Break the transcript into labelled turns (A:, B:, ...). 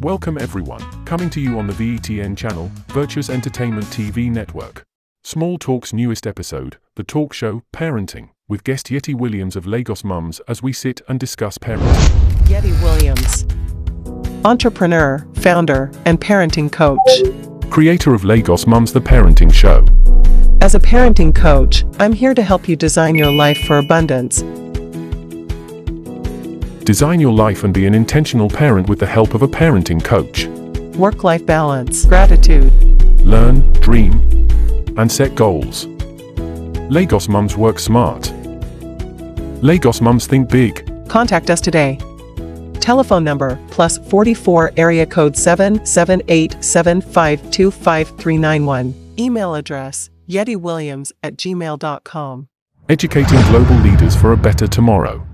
A: Welcome everyone, coming to you on the VETN channel, Virtuous Entertainment TV network. Small Talk's newest episode, the talk show Parenting, with guest Yeti Williams of Lagos Mums as we sit and discuss parenting.
B: Yeti Williams, entrepreneur, founder, and parenting coach.
A: Creator of Lagos Mums The Parenting Show.
B: As a parenting coach, I'm here to help you design your life for abundance.
A: Design your life and be an intentional parent with the help of a parenting coach.
B: Work life balance, gratitude.
A: Learn, dream, and set goals. Lagos Mums work smart. Lagos Mums think big.
B: Contact us today. Telephone number plus 44 area code 778752539. Email address yetiwilliams at gmail.com.
A: Educating global leaders for a better tomorrow.